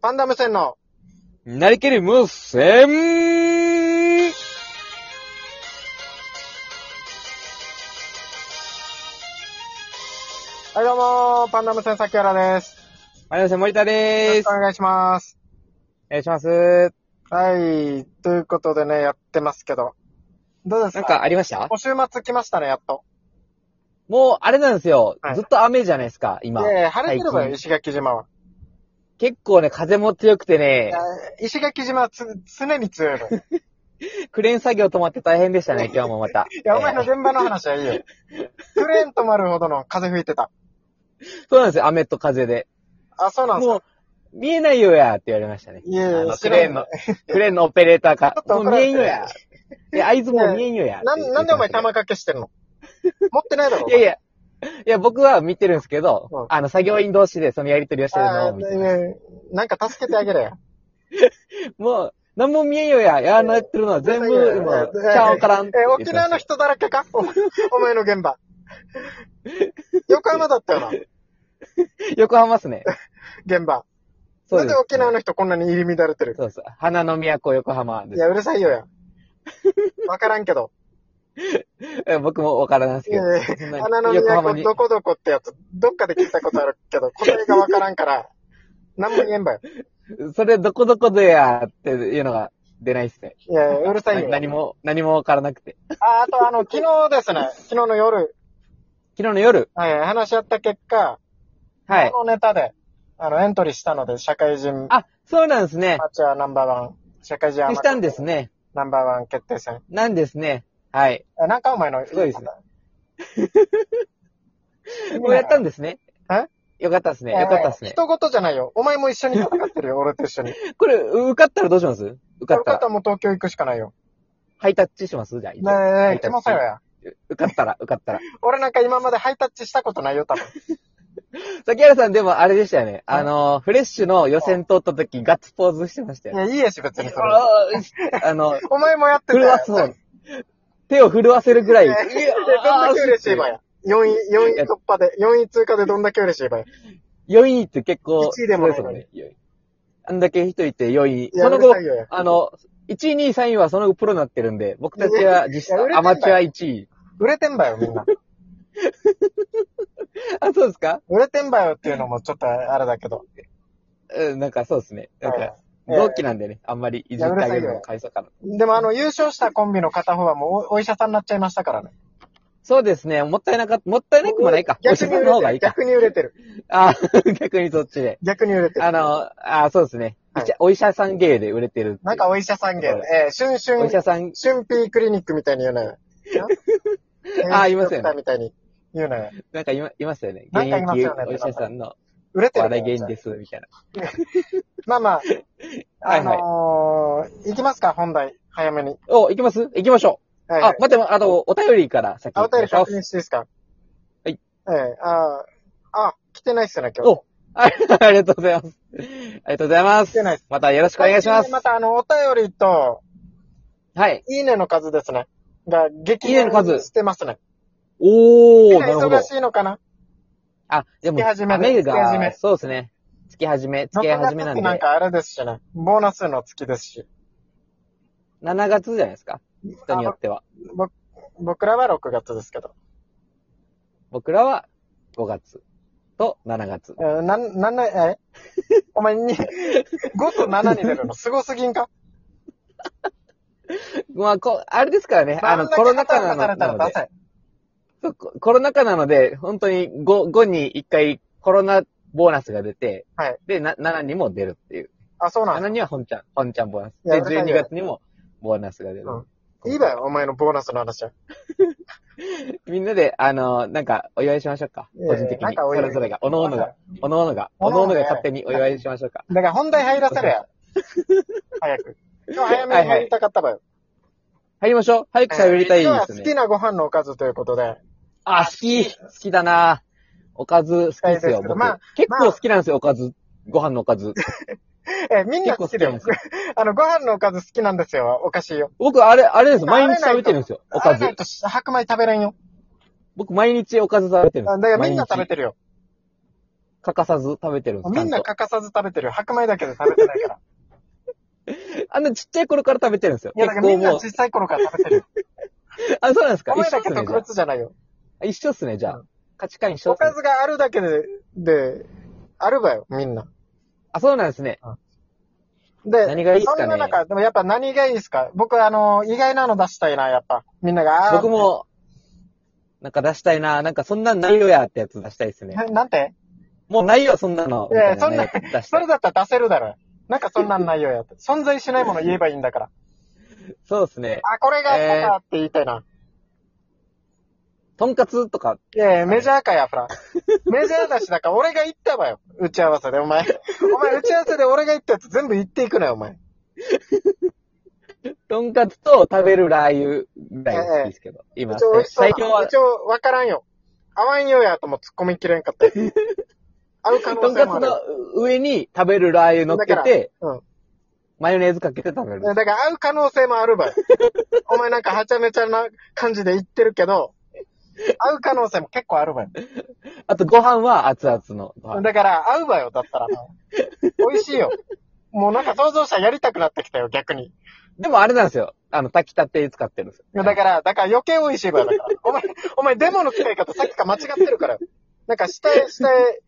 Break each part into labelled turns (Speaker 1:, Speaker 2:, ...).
Speaker 1: パンダ無線の、
Speaker 2: なりきり無線
Speaker 1: はいどうもー、パンダ無線崎原です。
Speaker 2: マヨセ森田
Speaker 1: よ
Speaker 2: で
Speaker 1: ろし
Speaker 2: ー
Speaker 1: く
Speaker 2: す。
Speaker 1: お願いします。
Speaker 2: お願いします。
Speaker 1: はい、ということでね、やってますけど。どうですか
Speaker 2: なんかありました
Speaker 1: お週末来ましたね、やっと。
Speaker 2: もう、あれなんですよ
Speaker 1: はい。
Speaker 2: ずっと雨じゃないですか、今。
Speaker 1: で、晴れてればよ、
Speaker 2: 最
Speaker 1: 石垣島は。
Speaker 2: 結構ね、風も強くて
Speaker 1: い
Speaker 2: ね
Speaker 1: や、石垣島はつ、常に強いのよ。
Speaker 2: クレーン作業止まって大変でした ね、今日もまた。
Speaker 1: いや、お前の
Speaker 2: え
Speaker 1: 現場の話はいいよ。クレーン止まるほどの風吹いてた。
Speaker 2: ーそうなんですよ、雨と風で。
Speaker 1: あ、そうなんです
Speaker 2: も
Speaker 1: か
Speaker 2: う、見えないよやって言われましたね。
Speaker 1: いえいえ
Speaker 2: あの
Speaker 1: 知
Speaker 2: ク
Speaker 1: らん
Speaker 2: レーンの、 クレーンのオペレーターか
Speaker 1: ちょっと
Speaker 2: ら。
Speaker 1: 怒
Speaker 2: もう
Speaker 1: られ
Speaker 2: 見
Speaker 1: て
Speaker 2: えん
Speaker 1: る
Speaker 2: よや。え、合図もう見えんよや。
Speaker 1: な
Speaker 2: って
Speaker 1: ん、
Speaker 2: 言ってましたけど
Speaker 1: なんでお前玉掛けしてんの持ってないだろ
Speaker 2: いやいや。いや、僕は見てるんですけ
Speaker 1: うん
Speaker 2: ど、あの、作業員同士でそのやりとりをしてるの
Speaker 1: あ
Speaker 2: を見てます
Speaker 1: ーねなんか助けてあげれよ。
Speaker 2: もう、何も見えんよや、やらなってるのは全部、も
Speaker 1: え
Speaker 2: う、ちゃうからんって
Speaker 1: え、
Speaker 2: 言って
Speaker 1: 沖
Speaker 2: ま
Speaker 1: 縄の
Speaker 2: した
Speaker 1: 人だらけかおお前の現 場。横浜だったよな、
Speaker 2: 横浜っすね。
Speaker 1: 現場。
Speaker 2: そう
Speaker 1: なん
Speaker 2: です。
Speaker 1: で沖縄の人こんなに入り乱れてる
Speaker 2: そうそう。花の都横浜で
Speaker 1: いや、うるさいよや。わからんけど。
Speaker 2: す。え僕もわからないです
Speaker 1: い
Speaker 2: けど。
Speaker 1: やい
Speaker 2: そん
Speaker 1: や
Speaker 2: な
Speaker 1: 花の
Speaker 2: 横浜
Speaker 1: 都
Speaker 2: に
Speaker 1: どこどこってやつ、どっかで聞いたことあるけど、答えがわからんから、なんも言えんばよ。
Speaker 2: それどこどこでやっていうのが出ないっすね。
Speaker 1: いやいや、うるさい
Speaker 2: な
Speaker 1: よ。
Speaker 2: 何も、何もわからなくて。
Speaker 1: あ、あとあの、昨日ですね、昨日の夜、
Speaker 2: 昨日の夜、
Speaker 1: はい、話し合った結果、
Speaker 2: はい。
Speaker 1: このネタで、あの、エントリーしたので、社会人
Speaker 2: あ、そうなんですね。
Speaker 1: アマチュアナンバーワン、社会人アマチュア
Speaker 2: したんですね。
Speaker 1: ナンバーワン決定戦。
Speaker 2: なんですね。はい。
Speaker 1: え、なんかお前の。
Speaker 2: すごいですね
Speaker 1: いいな。
Speaker 2: もうやったんですね。
Speaker 1: え
Speaker 2: よかったですね。
Speaker 1: いや
Speaker 2: よかったですね。
Speaker 1: 人事じゃないよ。お前も一緒に戦ってるよ、俺と一緒 に。
Speaker 2: これ、受かったらどうします受か
Speaker 1: よ
Speaker 2: っ
Speaker 1: か
Speaker 2: た
Speaker 1: っ
Speaker 2: ら
Speaker 1: た。もう東京行くしかないよ。
Speaker 2: ハイタッチしますじゃあ。一
Speaker 1: ねえ
Speaker 2: 応ハ
Speaker 1: ねえ、
Speaker 2: イ
Speaker 1: 気
Speaker 2: タッチ
Speaker 1: もさよや。
Speaker 2: 受かったら、受かったら。
Speaker 1: 俺なんか今までハイタッチしたことない よ、多分。
Speaker 2: 崎原さんでもあれでしたよね。あの、フレッシュの予選通った時、ガッツポーズしてましたよ
Speaker 1: い
Speaker 2: ね。
Speaker 1: や、いいやし、別にそれ。
Speaker 2: あーあの、
Speaker 1: お前もやってた
Speaker 2: 震わそう。手を震わせるぐらい。
Speaker 1: いやいやどんだけ嬉しいばや。4位、4位突破で、4位通過でどんだけ嬉しいばや。
Speaker 2: 4位って結構、
Speaker 1: 一位でもない
Speaker 2: す
Speaker 1: の
Speaker 2: ご
Speaker 1: に
Speaker 2: いですよね。あんだけ人いて4位。
Speaker 1: いや、
Speaker 2: そうの
Speaker 1: る
Speaker 2: 後
Speaker 1: さい、よや。
Speaker 2: あの、1位、2位、3位はその後プロになってるんで、僕たちは実質
Speaker 1: いやいや
Speaker 2: アマチュア1位。
Speaker 1: 売れてんばよ、みんな。
Speaker 2: あ、そうですか
Speaker 1: 売れてんばよっていうのもちょっとあれだけ ど。
Speaker 2: うん、なんかそうですね。なん
Speaker 1: はい
Speaker 2: か、同期なんでね、あんまりいじってあげるの
Speaker 1: いやうるさいよ
Speaker 2: もかわいそうかな。
Speaker 1: でもあの、優勝したコンビの片方はもうおお医者さんになっちゃいましたからね。
Speaker 2: そうですね、もったいなかった、もったいなくもないか。お医
Speaker 1: 逆に売れ
Speaker 2: 者さんの方
Speaker 1: て
Speaker 2: がい
Speaker 1: る。
Speaker 2: いか。
Speaker 1: 逆に売れてる。
Speaker 2: あ、 逆にそっちで。
Speaker 1: 逆に売れてる。
Speaker 2: あの、あそうですね、
Speaker 1: はい
Speaker 2: いちお医者さん芸で売れてるっていう
Speaker 1: なんかお医者さん芸
Speaker 2: そう
Speaker 1: で、えー、シュンシュ
Speaker 2: お医
Speaker 1: ン、
Speaker 2: 者さん、
Speaker 1: シュンピークリニックみたいに言うなよ。
Speaker 2: あーいます
Speaker 1: ドク
Speaker 2: よね
Speaker 1: ターみたいに言うなよ。
Speaker 2: なんかいまいますよね。
Speaker 1: なん
Speaker 2: 現
Speaker 1: かいます
Speaker 2: 役
Speaker 1: よね
Speaker 2: お医者さんの
Speaker 1: 売れて
Speaker 2: お
Speaker 1: る。
Speaker 2: 笑い芸人です、みたいな。
Speaker 1: まあまあ、
Speaker 2: は
Speaker 1: あ
Speaker 2: いはい
Speaker 1: のー、いきますか、本題。早めに。
Speaker 2: お、行きます行きましょう。
Speaker 1: はいは
Speaker 2: あ
Speaker 1: い、。
Speaker 2: 待って、あと、お便りから先
Speaker 1: あ、お
Speaker 2: 行き
Speaker 1: 便
Speaker 2: ま
Speaker 1: り
Speaker 2: しょう
Speaker 1: 確認していいですか
Speaker 2: は
Speaker 1: え
Speaker 2: い
Speaker 1: えあーあ、来てないっすね、今日。
Speaker 2: お、あ ありがとうございます。ありがとうございま
Speaker 1: 来て
Speaker 2: す。
Speaker 1: ないっす。
Speaker 2: またよろしくお願いします。
Speaker 1: またあの、お便りと、
Speaker 2: はい。
Speaker 1: いいねの数ですね。が、激
Speaker 2: いいねの数
Speaker 1: 減してますね。
Speaker 2: おー、なるほど
Speaker 1: 忙。しいのかな
Speaker 2: あ、でも、
Speaker 1: 月始めで
Speaker 2: 雨
Speaker 1: 月始め
Speaker 2: が、そうですね。月始め、月始めな
Speaker 1: 6月っ
Speaker 2: ん
Speaker 1: てなん
Speaker 2: で、
Speaker 1: かあれですしね。ボーナスの月ですし。
Speaker 2: 7月じゃないですか。人によっては。
Speaker 1: ぼ僕らは6月ですけど。
Speaker 2: 僕らは5月と7月。
Speaker 1: えーなん、なんな、え お前に、5と7に出るのすごすぎんか
Speaker 2: まあ、こあれですからね、あの、
Speaker 1: んだけ
Speaker 2: コロナ禍な
Speaker 1: 働かされたら
Speaker 2: のなの
Speaker 1: ダ
Speaker 2: で
Speaker 1: サい。
Speaker 2: そうココロナ禍なので、本当に 5, 5に1回コロナボーナスが出て、
Speaker 1: はい
Speaker 2: で、な7にも出るっていう。
Speaker 1: あ、そうなん
Speaker 2: 7には本ちゃん、本ちゃんボーナス。
Speaker 1: いや
Speaker 2: で、
Speaker 1: うるさい
Speaker 2: 12
Speaker 1: よ
Speaker 2: 月にもボーナスが出る。
Speaker 1: いいだよ、お前のボーナスの話は。
Speaker 2: みんなで、あの、なんか、お祝いしましょうか。
Speaker 1: いやいや
Speaker 2: 個人的
Speaker 1: なん
Speaker 2: に。
Speaker 1: かお
Speaker 2: そ
Speaker 1: 祝い
Speaker 2: れぞれが、おのおの
Speaker 1: だか
Speaker 2: が、おのおのが、
Speaker 1: お
Speaker 2: お
Speaker 1: の
Speaker 2: の
Speaker 1: お
Speaker 2: お
Speaker 1: の
Speaker 2: の
Speaker 1: が
Speaker 2: が勝手にお祝いしましょうか。
Speaker 1: ら本題入らせる や。早く。今日早めに入りたかったばよ。
Speaker 2: 入りましょう。早く喋りたい
Speaker 1: えー今日は
Speaker 2: です
Speaker 1: 好き
Speaker 2: ね。
Speaker 1: なご飯のおかずということで。
Speaker 2: あ、好き好きだなおかず好きです
Speaker 1: 好きです
Speaker 2: よ、
Speaker 1: けど
Speaker 2: 僕
Speaker 1: まあ。
Speaker 2: 結
Speaker 1: まあ
Speaker 2: 構好きなんですよ、おかず。ご飯のおかず。
Speaker 1: えーみんな
Speaker 2: 結
Speaker 1: 好
Speaker 2: 構
Speaker 1: き
Speaker 2: 好き
Speaker 1: だ
Speaker 2: なん
Speaker 1: よ
Speaker 2: です。よ。
Speaker 1: あの、ご飯のおかず好きなんですよ。おかしいよ。
Speaker 2: 僕、あれ、あれです。
Speaker 1: あれないと
Speaker 2: 毎日食べてるんですよ、おか
Speaker 1: あれない
Speaker 2: ず。
Speaker 1: と白米食べれんよ。
Speaker 2: 僕、毎日おかず食べてるんで
Speaker 1: だ
Speaker 2: す。
Speaker 1: からみんな食べ
Speaker 2: 毎日
Speaker 1: てるよ。
Speaker 2: 欠かさず食べてるんです
Speaker 1: みんな欠かさず食べてる。白米だけで食べてない から。
Speaker 2: あんなちっちゃい頃から食べてるんですよ。
Speaker 1: いや、だからみんな
Speaker 2: もう。
Speaker 1: 小さい頃から食べてる。
Speaker 2: あ、そうなんですか
Speaker 1: お前
Speaker 2: 一緒
Speaker 1: だ
Speaker 2: っ
Speaker 1: け
Speaker 2: すね
Speaker 1: 特。別じゃないよ。
Speaker 2: じゃあ一緒っすね、じゃあ。
Speaker 1: う
Speaker 2: 価値観一緒
Speaker 1: お
Speaker 2: っすね
Speaker 1: かずがあるだけで、で、あるわよ、みんな。
Speaker 2: あ、そうなんですね。
Speaker 1: で、
Speaker 2: 何がいいっすかね
Speaker 1: そんな中、でもやっぱ何がいいっすか僕、あの、意外なの出したいな、やっぱ。みんなが、あー
Speaker 2: 僕。も、なんか出したいな。なんかそんなんないよやってやつ出したいですね。
Speaker 1: ななんて
Speaker 2: もうないよ、そんなの。
Speaker 1: いや
Speaker 2: みたいね出し
Speaker 1: そ
Speaker 2: た
Speaker 1: れ
Speaker 2: い。
Speaker 1: だったら出せるだろ。なんかそんなんないよや って。存在しないもの言えばいいんだから。
Speaker 2: そうですね。
Speaker 1: あ、これがあったかって言いたいな。
Speaker 2: とんかつとか、
Speaker 1: いやいや、メジャーかや、 フラ。メジャーだし、だから俺が言ったわよ。打ち合わせで、お前。お前、打ち合わせで俺が言ったやつ全部言っていくなよ、お前。
Speaker 2: とんかつと食べるラー油ぐらいが好きですけど。今、
Speaker 1: 一応美味しそう
Speaker 2: 最
Speaker 1: な
Speaker 2: 強は、
Speaker 1: 一応、わからんよ。合わんよやとも突っ込みきれんか ったよ。合う可
Speaker 2: と
Speaker 1: 能
Speaker 2: ん
Speaker 1: 性
Speaker 2: か
Speaker 1: もあ
Speaker 2: つ
Speaker 1: る。
Speaker 2: の上に食べるラー油乗っけて、
Speaker 1: うん。
Speaker 2: マヨネーズかけて食べる。
Speaker 1: だから合う可能性もあるばよ。お前なんかはちゃめちゃな感じで言ってるけど、合う可能性も結構あるばよ。
Speaker 2: あとご飯は熱々のご飯。
Speaker 1: だから、合うわよ、だったらな。美味しいよ。もうなんか想像したらやりたくなってきたよ、逆に。い
Speaker 2: でもあれなんですよ。あの、炊きたて使ってるんですよ。
Speaker 1: やだから、だから余計美味しいわよ、だから。お前、お前デモの使い方さっきから間違ってるからよ。なんか下へ、下へ、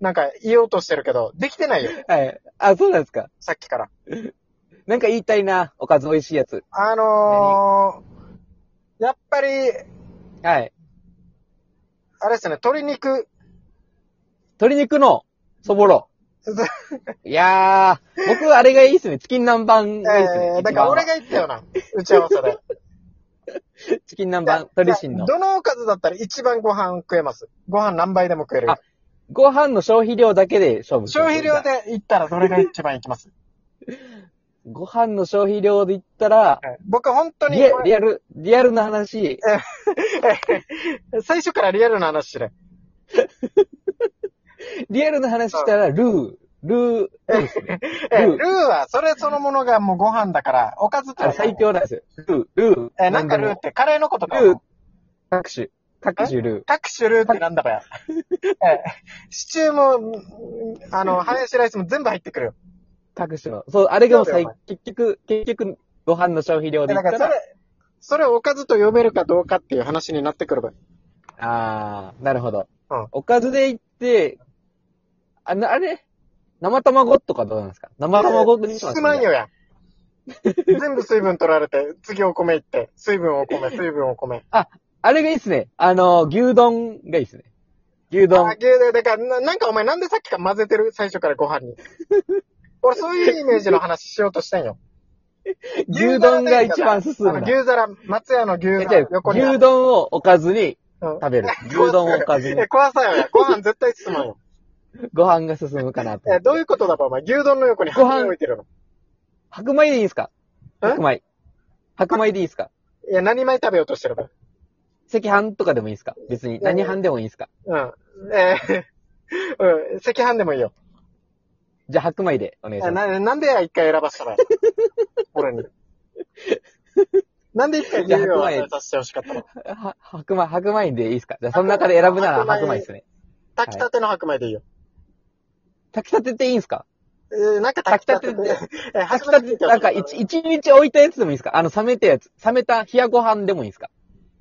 Speaker 1: なんか言おうとしてるけど、できてないよ、
Speaker 2: はい。あ、そうなんですか。
Speaker 1: さっきから。
Speaker 2: なんか言いたいな。おかず美味しいやつ。
Speaker 1: あのー、やっぱり、
Speaker 2: はい。
Speaker 1: あれですね、鶏肉、
Speaker 2: 鶏肉のそぼろ。いやー、僕あれがいいっすね。チキン南蛮がいいっすね。
Speaker 1: えー、
Speaker 2: 一番
Speaker 1: だから俺が言ったよな、打ち合わせ で。
Speaker 2: チキン南蛮、鶏心の。
Speaker 1: どのおかずだったら一番ご飯食えますご飯何倍でも食える
Speaker 2: あ。ご飯の消費量だけで勝負する
Speaker 1: 消費量。で言ったらどれが一番いき ます
Speaker 2: ご飯の消費量で言ったら、
Speaker 1: はい僕本当に
Speaker 2: リア、リアル、リアルな話。
Speaker 1: 最初からリアルな話しね。
Speaker 2: リアルな話したら、ルー、ルー、ルーですね。
Speaker 1: え、
Speaker 2: ル
Speaker 1: ル
Speaker 2: ー
Speaker 1: ーはそれそのものがもうご飯だから、おかずって
Speaker 2: あ
Speaker 1: の
Speaker 2: れ
Speaker 1: は
Speaker 2: 最。強なんですよ。ルー、ルー。
Speaker 1: え、なんかルー
Speaker 2: 何
Speaker 1: ってカレーのこと
Speaker 2: で
Speaker 1: か
Speaker 2: も。ルー、各種、各種ルー。
Speaker 1: 各種ルーってなんだか や。え、シチューも、あの、ハヤシライスも全部入ってくるよ。
Speaker 2: 各種の。そう、あれがもう最
Speaker 1: そうだ、
Speaker 2: 結局、結局、ご飯の消費量
Speaker 1: え
Speaker 2: で
Speaker 1: だ
Speaker 2: 言っ
Speaker 1: か
Speaker 2: た
Speaker 1: らそ
Speaker 2: ら、
Speaker 1: れ、それをおかずと呼べるかどうかっていう話になってくるばい。
Speaker 2: あー、なるほど
Speaker 1: うん。
Speaker 2: おかずで言って、あの、あれ生卵とかどうなんですか生卵にします
Speaker 1: すまんよや。全部水分取られて、次お米いって、水分お 米、水分お米。
Speaker 2: あれがいいっすね。あの、牛丼がいいっすね。牛
Speaker 1: あ、
Speaker 2: 丼。
Speaker 1: 牛で、だからな、なんかお前なんでさっきから混ぜてる最初からご飯 に。俺そういうイメージの話しようとしてんよ。
Speaker 2: 牛丼が一番進む
Speaker 1: あの
Speaker 2: な。
Speaker 1: 牛皿、松屋の牛皿横にある。
Speaker 2: 牛丼をおかずに
Speaker 1: うん
Speaker 2: 食べる。牛丼をおかずに
Speaker 1: え、怖さよ。ご飯絶対進まんよ。
Speaker 2: ご飯が進むかなと。
Speaker 1: え、どういうことだば、お前。牛丼の横に
Speaker 2: ご飯
Speaker 1: 白米置いてるの。
Speaker 2: 白米でいいんすか
Speaker 1: え
Speaker 2: 白米。白米でいいんすか
Speaker 1: いや、何米食べようとしてるの
Speaker 2: 赤飯とかでもいいんすか別に。何飯でもいいんすか
Speaker 1: うん。えー うん。赤飯でもいいよ。
Speaker 2: じゃあ白米でお願いし
Speaker 1: え
Speaker 2: ます。
Speaker 1: な、なんでや、一回選ばしたら。 俺に。なんで一回牛丼を選ばせてほしかったの
Speaker 2: は白米、白米でいいですかじゃあその中で選ぶなら
Speaker 1: 白
Speaker 2: 白
Speaker 1: 米
Speaker 2: 米ですね。
Speaker 1: 炊きたての白米でいいよ。
Speaker 2: 炊きたてっていいんすか
Speaker 1: えーなんか炊きたてで。え、
Speaker 2: 炊きたて、なんか一一日置いたやつでもいいんすかあの冷めたやつ。冷めた冷やご飯でもいいんすか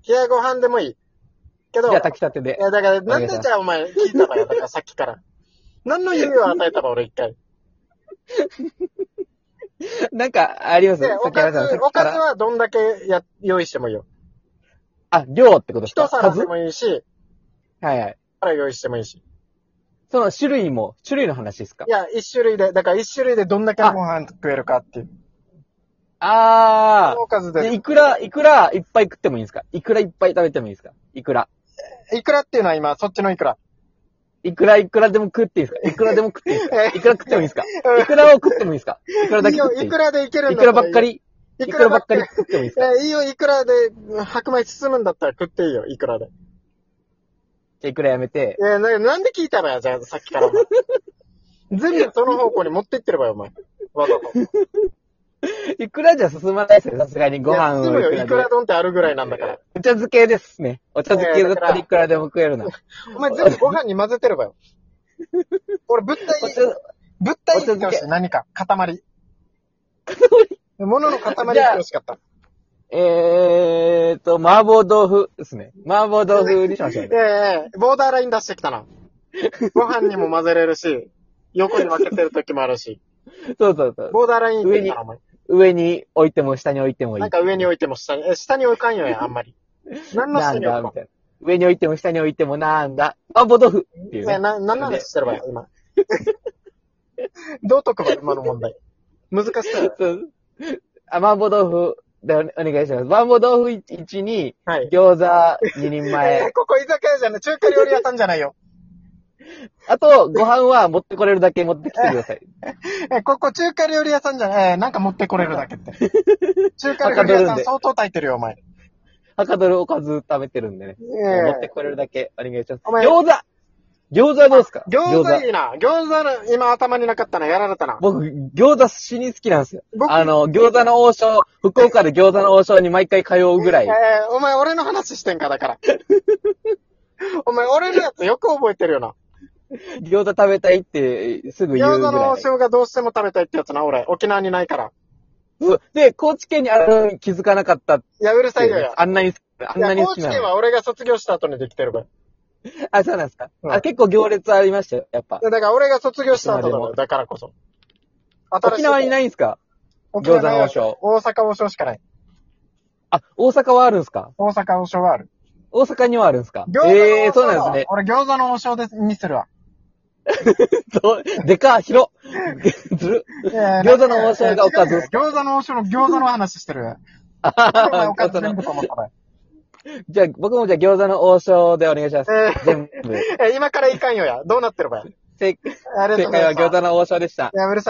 Speaker 1: 冷やご飯でもいい。け
Speaker 2: じ
Speaker 1: ど、
Speaker 2: ゃあ炊きたてで
Speaker 1: い。や、だから、な
Speaker 2: 願
Speaker 1: ん
Speaker 2: いし
Speaker 1: で
Speaker 2: ます
Speaker 1: じゃあお前聞いたのよ、だからさっきから。何の意味を与えたの俺一回。
Speaker 2: なんかあります
Speaker 1: で、おか
Speaker 2: さっき原さん
Speaker 1: ず
Speaker 2: さっ、
Speaker 1: お
Speaker 2: きか
Speaker 1: かず
Speaker 2: ら。
Speaker 1: はどんだけや、用意してもいいよ。
Speaker 2: あ、量ってことですか
Speaker 1: 一皿
Speaker 2: 数
Speaker 1: で
Speaker 2: は
Speaker 1: もいいし、
Speaker 2: いはい。
Speaker 1: 皿用意してもいいし。
Speaker 2: その種類も、種類の話ですか
Speaker 1: いや、一種類で、だから一種類でどんだけのご飯食えるかっていう。
Speaker 2: あ
Speaker 1: おかず
Speaker 2: ー。
Speaker 1: で
Speaker 2: で、いくら、いくらいっぱい食ってもいいんですかいくらいっぱい食べてもいいんですかいくら。
Speaker 1: いくらっていうのは今、そっちのいくら。
Speaker 2: いくらいくらでも食っていいんですかいくらでも食っていいんですか
Speaker 1: え
Speaker 2: いくら食ってもいいんですかいくらを食ってもいいんですかいくらだ
Speaker 1: いい
Speaker 2: け
Speaker 1: よ
Speaker 2: 食っていい
Speaker 1: いくらでいけるん
Speaker 2: い
Speaker 1: だ
Speaker 2: くらばっか
Speaker 1: り。
Speaker 2: り、い
Speaker 1: いく
Speaker 2: く
Speaker 1: ら
Speaker 2: ら
Speaker 1: ば
Speaker 2: ばっ
Speaker 1: っ
Speaker 2: か
Speaker 1: か
Speaker 2: り
Speaker 1: り。
Speaker 2: 食ってもいいですか
Speaker 1: え、いいよ、いくらで、白米包むんだったら食っていいよ、いくらで。
Speaker 2: じゃあいくらやめて、
Speaker 1: え、ななんで聞いたのよ、じゃあ、さっきから お前。全部その方向に持ってってればよ、お前。わざと。
Speaker 2: いくらじゃ進まないですよ、さすがにご飯
Speaker 1: いや
Speaker 2: を
Speaker 1: 包むよ、い
Speaker 2: いく
Speaker 1: く
Speaker 2: ら
Speaker 1: ら
Speaker 2: で。
Speaker 1: 丼ってあるぐらいなんだから。
Speaker 2: お茶漬けですね。お茶漬けだったらいくらでも食えるな。
Speaker 1: お前全部ご飯に混ぜてればよ。俺、物体
Speaker 2: お、茶
Speaker 1: 物体言っ
Speaker 2: お茶
Speaker 1: て
Speaker 2: 漬
Speaker 1: ほ
Speaker 2: け
Speaker 1: しい。何か、塊。物の塊言っ
Speaker 2: じ
Speaker 1: て
Speaker 2: ゃあ
Speaker 1: ほしかった。
Speaker 2: えーと、麻婆豆腐ですね。麻婆豆腐にしましょう
Speaker 1: え
Speaker 2: ね。
Speaker 1: えボーダーライン出してきたな。ご飯にも混ぜれるし、横に分けてる時もあるし。
Speaker 2: そうそうそう。
Speaker 1: ボーダーライン言ってたな、お前。
Speaker 2: 上に置いても下に置いてもいい。
Speaker 1: なんか上に置いても下に、え、下に置かんよや、あんまり。何の
Speaker 2: な
Speaker 1: 下
Speaker 2: ん
Speaker 1: に置く
Speaker 2: だみ
Speaker 1: の
Speaker 2: たいな。上に置いても下に置いてもなんだ。麻婆豆腐っていう
Speaker 1: え、
Speaker 2: ね。
Speaker 1: な、何の話してればいい 今。どう解くば今の問題。難しそうだ。
Speaker 2: そうあ、麻婆豆腐でおお願いします。麻婆豆腐1に
Speaker 1: はい。
Speaker 2: 餃子2人
Speaker 1: え ー
Speaker 2: 前。
Speaker 1: ここ居酒屋じゃない、中華料理屋さんじゃないよ。
Speaker 2: あと、ご飯は持ってこれるだけ持ってきてください。
Speaker 1: え、ここ中華料理屋さんじゃない、えーなんか持ってこれるだけ って。中華料理屋さん相当炊いてるよ、お前。
Speaker 2: はかどるおかず食べてるんでね。持って
Speaker 1: え
Speaker 2: これるだけお願いします。
Speaker 1: お前
Speaker 2: 餃子餃子どうですか
Speaker 1: ー、餃子いいな。餃子の、今頭になかったな、やられたな。
Speaker 2: 僕、餃子死に好きなんですよ。
Speaker 1: 僕
Speaker 2: あの、餃子の王将、福岡で餃子の王将に毎回通うぐらい。
Speaker 1: えーお前俺の話してんか、だから。 お前俺のやつよく覚えてるよな。
Speaker 2: 餃子食べたいってすぐ言う
Speaker 1: 餃
Speaker 2: ぐら
Speaker 1: 子
Speaker 2: い。
Speaker 1: の王将がどうしても食べたいってやつな、俺。沖縄にないから。
Speaker 2: そうで、高知県にあるのに気づかなかったっ
Speaker 1: いや、うるさ
Speaker 2: てい
Speaker 1: いうよ
Speaker 2: ね
Speaker 1: や。
Speaker 2: あんなに好き、あんなに好き
Speaker 1: いや高知
Speaker 2: な
Speaker 1: 県
Speaker 2: の。
Speaker 1: は俺が卒業した後にできてる分。い
Speaker 2: あ、そうなんですか、
Speaker 1: うん
Speaker 2: あ、結構行列ありましたよ、やっぱ。
Speaker 1: やだから俺が卒業した後だ
Speaker 2: いつまで
Speaker 1: よ
Speaker 2: も
Speaker 1: だからこそ。
Speaker 2: 沖縄に
Speaker 1: い
Speaker 2: ないんですか餃子の王将
Speaker 1: 大阪王将しかない。
Speaker 2: あ、大阪はあるんですか
Speaker 1: 大阪王将はある。
Speaker 2: 大阪にはあるんですか
Speaker 1: 餃子の王将は
Speaker 2: ええー、そうなんですね。
Speaker 1: 俺餃子の王将ですにするわ。
Speaker 2: そうでか、広。 ずる。
Speaker 1: 餃
Speaker 2: 餃子の王将がおかずっす
Speaker 1: 餃子の王将の餃子の話して る。
Speaker 2: あ
Speaker 1: お前
Speaker 2: は
Speaker 1: おか
Speaker 2: は
Speaker 1: ず全
Speaker 2: の
Speaker 1: 部と思ったわ
Speaker 2: じゃあ、僕もじゃあ餃子の王将でお願いします。
Speaker 1: え
Speaker 2: 全部。
Speaker 1: ー今からいかんよや。どうなってるばや。
Speaker 2: 正
Speaker 1: ありがとう
Speaker 2: 正
Speaker 1: ございま
Speaker 2: 解は
Speaker 1: す。
Speaker 2: 餃子の王将でした。
Speaker 1: いや、うるさい。